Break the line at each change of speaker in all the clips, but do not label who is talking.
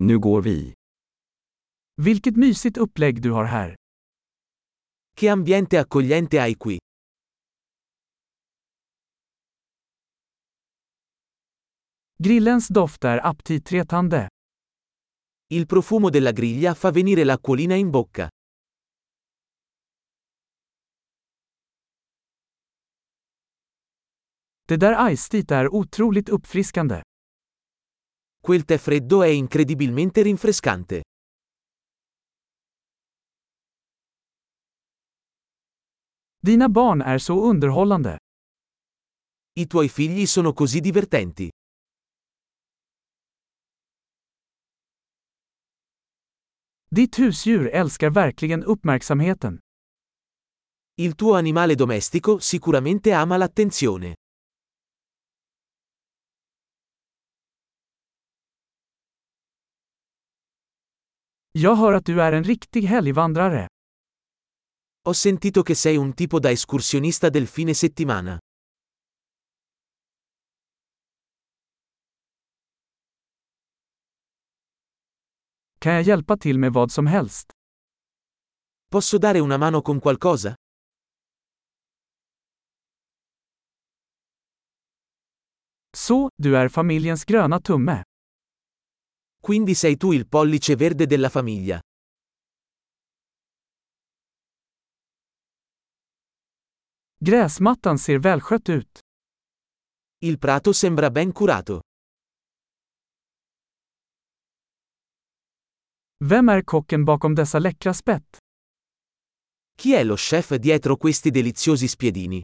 Nu går vi.
Vilket mysigt upplägg du har här.
Che ambiente accogliente hai qui.
Grillens doft är aptitretande.
Il profumo della griglia fa venire l'acquolina in bocca.
Det där iced är otroligt uppfriskande.
Quel tè freddo è incredibilmente rinfrescante.
Dina barn är så underhållande.
I tuoi figli sono così divertenti.
Ditt husdjur älskar verkligen uppmärksamheten.
Il tuo animale domestico sicuramente ama l'attenzione.
Jag hör att du är en riktig helgvandrare.
Ho sentito che sei un tipo da escursionista del fine settimana.
Kan jag hjälpa till med vad som helst?
Posso dare una mano con qualcosa?
Så, du är familjens gröna tumme.
Quindi sei tu il pollice verde della famiglia.
Gräsmattan ser välskött ut.
Il prato sembra ben curato.
Vem är kocken bakom dessa läckra spett?
Chi è lo chef dietro questi deliziosi spiedini?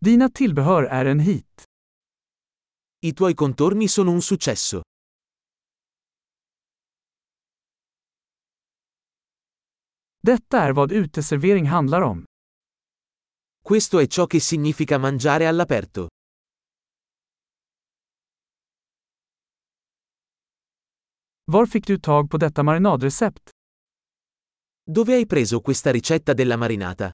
Dina tillbehör är en hit.
I tuoi contorni sono un successo.
Detta är vad uteservering handlar om.
Questo è ciò che significa mangiare all'aperto.
Var fick du tag på detta marinadrecept?
Dove hai preso questa ricetta della marinata?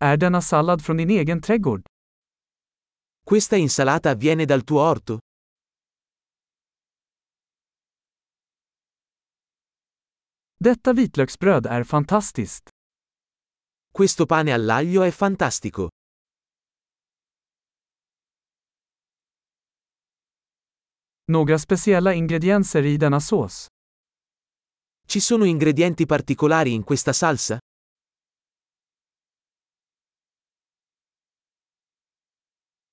Är denna sallad från din egen trädgård?
Questa insalata viene dal tuo orto?
Detta vitlöksbröd är fantastiskt.
Questo pane all'aglio è fantastico.
Några speciella ingredienser i denna sås.
Ci sono ingredienti particolari in questa salsa?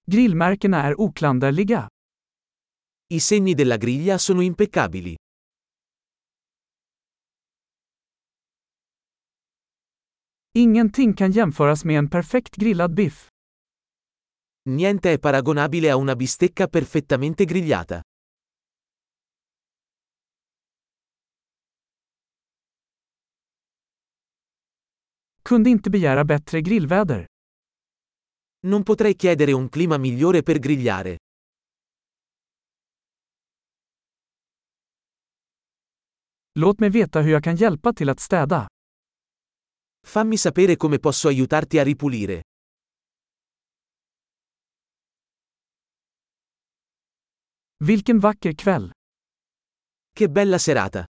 Grillmärkena är oklanderliga.
I segni della griglia sono impeccabili.
Ingenting kan jämföras med en perfekt grillad biff.
Niente è paragonabile a una bistecca perfettamente grigliata.
Kunde inte begära bättre grillväder.
Non potrei chiedere un clima migliore per grigliare.
Låt mig veta hur jag kan hjälpa till att städa.
Fammi sapere come posso aiutarti a ripulire.
Vilken vacker kväll!
Che bella serata!